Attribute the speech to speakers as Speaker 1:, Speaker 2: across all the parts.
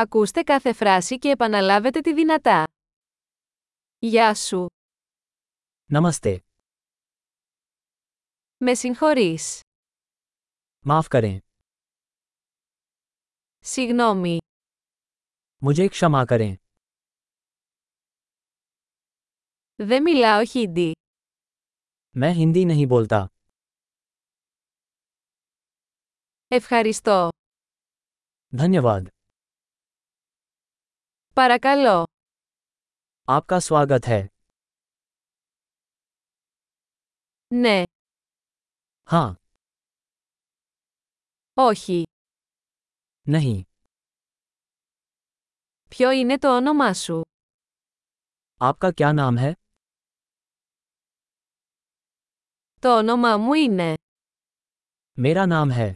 Speaker 1: Ακούστε κάθε φράση και επαναλάβετε τη δυνατά. Γεια σου.
Speaker 2: नमस्ते
Speaker 1: Με συγχωρείς.
Speaker 2: माफ करें
Speaker 1: Συγγνώμη.
Speaker 2: मुझे क्षमा करें
Speaker 1: Δεν μιλάω χίντι.
Speaker 2: मैं हिंदी नहीं बोलता
Speaker 1: Ευχαριστώ.
Speaker 2: धन्यवाद
Speaker 1: Παρακαλώ.
Speaker 2: आपका स्वागत है
Speaker 1: Ναι.
Speaker 2: हाँ
Speaker 1: Όχι.
Speaker 2: नहीं
Speaker 1: Ποιο είναι το όνομά σου.
Speaker 2: आपका क्या नाम है
Speaker 1: Το όνομά μου είναι.
Speaker 2: मेरा नाम है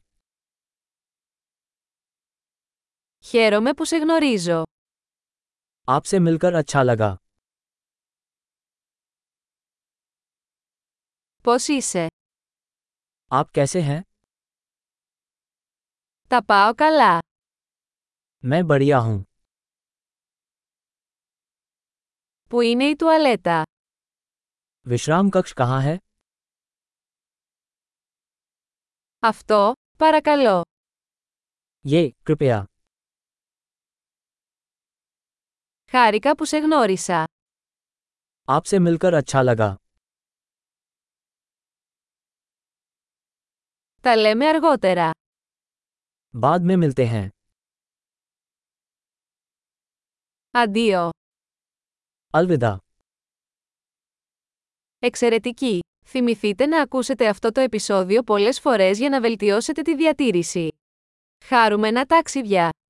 Speaker 1: Χαίρομαι που σε γνωρίζω.
Speaker 2: आपसे मिलकर अच्छा लगा
Speaker 1: Πώς είσαι.
Speaker 2: आप कैसे हैं
Speaker 1: Τα πάω καλά.
Speaker 2: मैं बढ़िया हूँ
Speaker 1: Πού είναι η τουαλέτα.
Speaker 2: विश्राम कक्ष कहाँ है
Speaker 1: Αυτό, παρακαλώ.
Speaker 2: ये कृपया
Speaker 1: Χάρηκα που σε γνώρισα.
Speaker 2: आपसे मिलकर अच्छा लगा
Speaker 1: Τα λέμε αργότερα.
Speaker 2: बाद में मिलते हैं
Speaker 1: Αντίο.
Speaker 2: अलविदा
Speaker 1: Εξαιρετική! Θυμηθείτε να ακούσετε αυτό το επεισόδιο πολλές φορές για να βελτιώσετε τη διατήρηση. Χάρουμενα ταξίδια!